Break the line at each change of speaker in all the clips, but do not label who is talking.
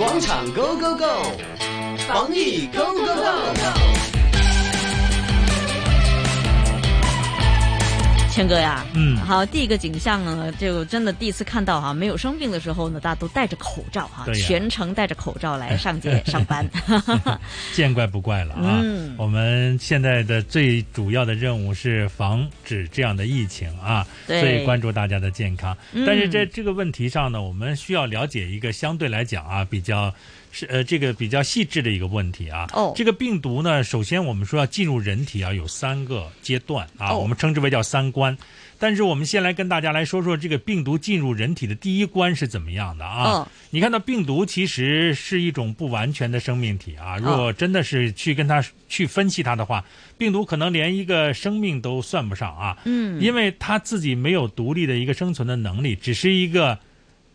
商场 Go Go Go，防疫 Go Go Go。
谦哥呀，
嗯
好，第一个景象呢，就真的第一次看到哈，没有生病的时候呢，大家都戴着口罩哈，
对呀
全程戴着口罩
哎
来上 街上班。
见怪不怪了啊！
嗯
我们现在的最主要的任务是防止这样的疫情啊，
对
所以关注大家的健康。
嗯
但是在这个问题上呢，我们需要了解一个相对来讲啊比较。是呃，这个比较细致的一个问题啊。
哦
这个病毒呢，首先我们说要进入人体啊，有三个阶段啊，
哦
我们称之为叫三关。但是我们先来跟大家来说说这个病毒进入人体的第一关是怎么样的啊？
哦
你看到病毒其实是一种不完全的生命体啊，如果真的是去跟它去分析它的话，病毒可能连一个生命都算不上啊，
嗯，
因为它自己没有独立的一个生存的能力，只是一个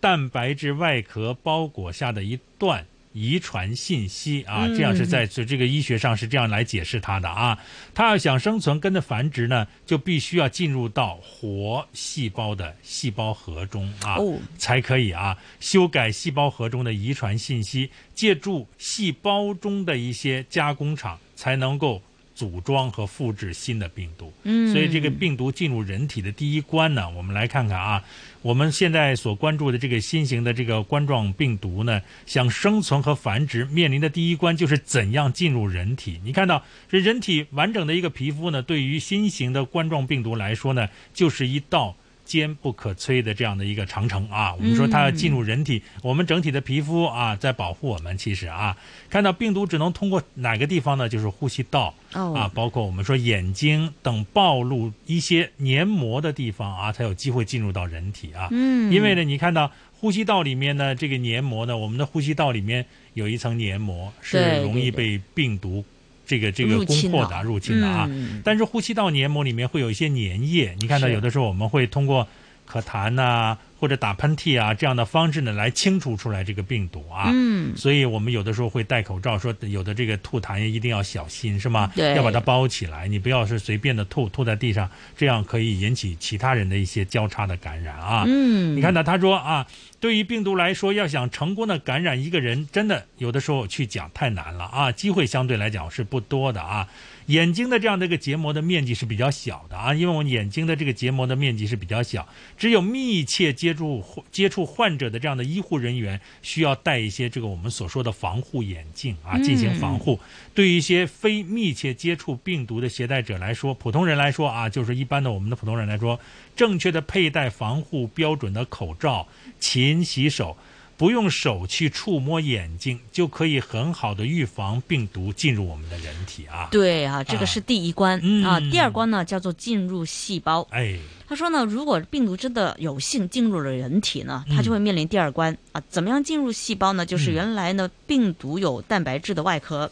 蛋白质外壳包裹下的一段。遗传信息啊，
嗯
这样是在这这个医学上是这样来解释它的啊。它要想生存跟着繁殖呢，就必须要进入到活细胞的细胞核中啊。
哦，
才可以啊修改细胞核中的遗传信息，借助细胞中的一些加工厂，才能够组装和复制新的病毒。
嗯，
所以这个病毒进入人体的第一关呢，我们来看看啊，我们现在所关注的这个新型的这个冠状病毒呢，想生存和繁殖面临的第一关就是怎样进入人体。你看到这人体完整的一个皮肤呢，对于新型的冠状病毒来说呢，就是一道。坚不可摧的这样的一个长城啊，我们说它要进入人体，我们整体的皮肤啊在保护我们。其实啊，看到病毒只能通过哪个地方呢？就是呼吸道，
哦
啊，包括我们说眼睛等暴露一些黏膜的地方啊，才有机会进入到人体啊。
嗯，
因为呢，你看到呼吸道里面呢，这个黏膜呢，我们的呼吸道里面有一层黏膜，
对
是容易
对
被病毒这个这
入
个攻
侵
破
了
的啊入侵的啊。
嗯
但是呼吸道黏膜里面会有一些粘液，你看到
是
有的时候我们会通过咳痰呐、或者打喷嚏啊这样的方式呢来清除出来这个病毒啊。
嗯，
所以我们有的时候会戴口罩，说有的这个吐痰也一定要小心，是吗？
对
要把它包起来，你不要是随便的吐，吐在地上，这样可以引起其他人的一些交叉的感染啊。
嗯，
你看到他说啊，对于病毒来说，要想成功的感染一个人，真的有的时候去讲太难了啊，机会相对来讲是不多的啊。眼睛的这样的一个结膜的面积是比较小的啊，因为我们眼睛的这个结膜的面积是比较小，只有密切接触接触患者的这样的医护人员需要戴一些这个我们所说的防护眼镜啊，进行防护。对于一些非密切接触病毒的携带者来说，普通人来说啊，就是一般的我们的普通人来说，正确的佩戴防护标准的口罩，勤洗手。不用手去触摸眼睛，就可以很好的预防病毒进入我们的人体啊！
对啊，这个是第一关
嗯
啊，第二关呢叫做进入细胞。
哎，
他说呢，如果病毒真的有幸进入了人体呢，它就会面临第二关、啊，怎么样进入细胞呢？就是
嗯
原来呢，病毒有蛋白质的外壳，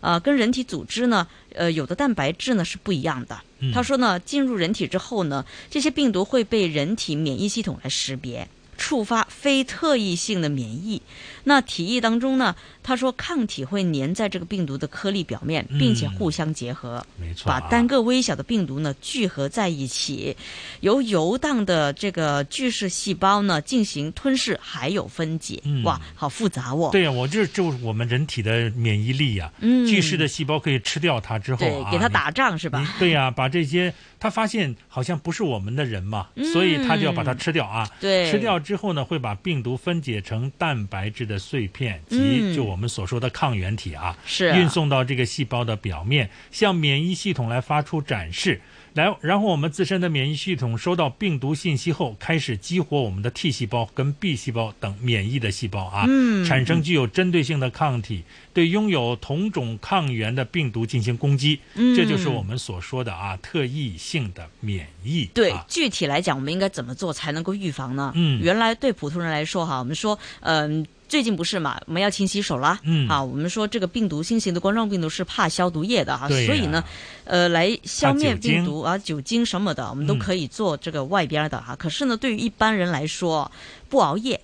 呃，跟人体组织呢，呃，有的蛋白质呢是不一样的。
嗯
他说呢，进入人体之后呢，这些病毒会被人体免疫系统来识别。触发非特异性的免疫，那体液当中呢？他说抗体会粘在这个病毒的颗粒表面，并且
嗯
互相结合。
没错、
把
啊，
单个微小的病毒呢聚合在一起，由游荡的这个巨噬细胞呢进行吞噬，还有分解。
嗯
哇，好复杂哦。，
对呀，啊我这就是我们人体的免疫力呀、
嗯，
巨噬的细胞可以吃掉它之后
对，
啊，
给它
你
打仗是
你
吧？
对呀、把这些他发现好像不是我们的人嘛，所以他就要把它吃掉啊。
嗯对，
吃掉之后呢，会把病毒分解成蛋白质的碎片
嗯
及就我们所说的抗原体啊，
是
运送到这个细胞的表面，向免疫系统来发出展示。来，然后我们自身的免疫系统收到病毒信息后，开始激活我们的 T 细胞跟 B 细胞等免疫的细胞啊，
嗯
产生具有针对性的抗体，对拥有同种抗原的病毒进行攻击。
嗯
这就是我们所说的啊，特异性的免疫。
对
啊，
具体来讲，我们应该怎么做才能够预防呢？
嗯
原来对普通人来说哈，我们说，嗯、最近不是嘛，我们要勤洗手啦。
嗯
啊，我们说这个病毒新型的冠状病毒是怕消毒液的哈，
对呀
所以呢，呃，来消灭
怕酒精
病毒啊，酒精什么的，我们都
嗯
可以做这个外边的哈。可是呢，对于一般人来说，不熬夜、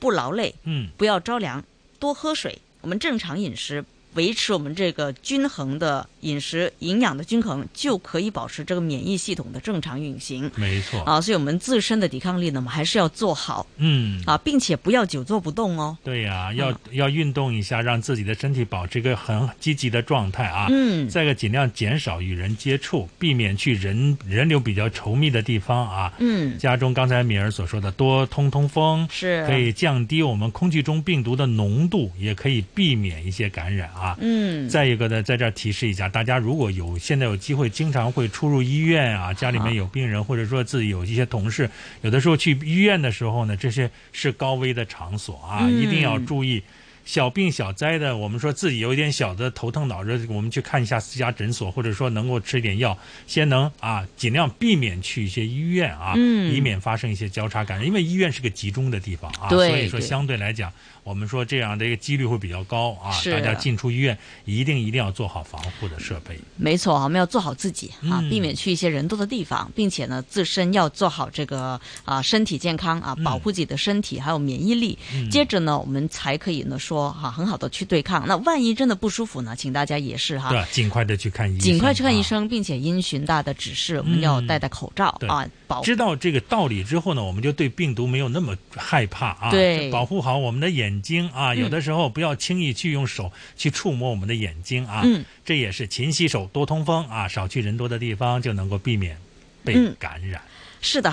不劳累、
嗯，
不要着凉，多喝水，我们正常饮食，维持我们这个均衡的饮食营养的均衡，就可以保持这个免疫系统的正常运行。
没错，
啊，所以我们自身的抵抗力呢，我们还是要做好
嗯，
啊，并且不要久坐不动哦。
对呀、要、
嗯
要运动一下，让自己的身体保持一个很积极的状态啊。
嗯，
再一个，尽量减少与人接触，避免去人人流比较稠密的地方啊。
嗯，
家中刚才敏儿所说的多通通风，
是
可以降低我们空气中病毒的浓度，也可以避免一些感染啊。
嗯，
再一个呢，在这儿提示一下，大家如果有现在有机会，经常会出入医院啊，家里面有病人，或者说自己有一些同事，有的时候去医院的时候呢，这些是高危的场所啊，
嗯
一定要注意。小病小灾的，我们说自己有一点小的头疼脑热，我们去看一下私家诊所，或者说能够吃一点药，先能啊尽量避免去一些医院啊，
嗯
以免发生一些交叉感染，因为医院是个集中的地方啊，
对
所以说
对
相对来讲，我们说这样的一个几率会比较高啊，
是
大家进出医院一定一定要做好防护的设备。
没错啊，我们要做好自己啊，
嗯
避免去一些人多的地方，并且呢，自身要做好这个啊身体健康啊
嗯，
保护自己的身体还有免疫力。
嗯
接着呢，我们才可以呢说哈、很好的去对抗。那万一真的不舒服呢，请大家也是哈、
对，尽快的去看医
啊
生，
尽快去看医
啊嗯
生，并且因循大的指示，我们要戴戴口罩、
对
啊，保
知道这个道理之后呢，我们就对病毒没有那么害怕啊。
对
保护好我们的眼睛啊，
嗯
有的时候不要轻易去用手去触摸我们的眼睛啊。
嗯，
这也是勤洗手、多通风啊，少去人多的地方，就能够避免被
嗯
感染。
是的哈。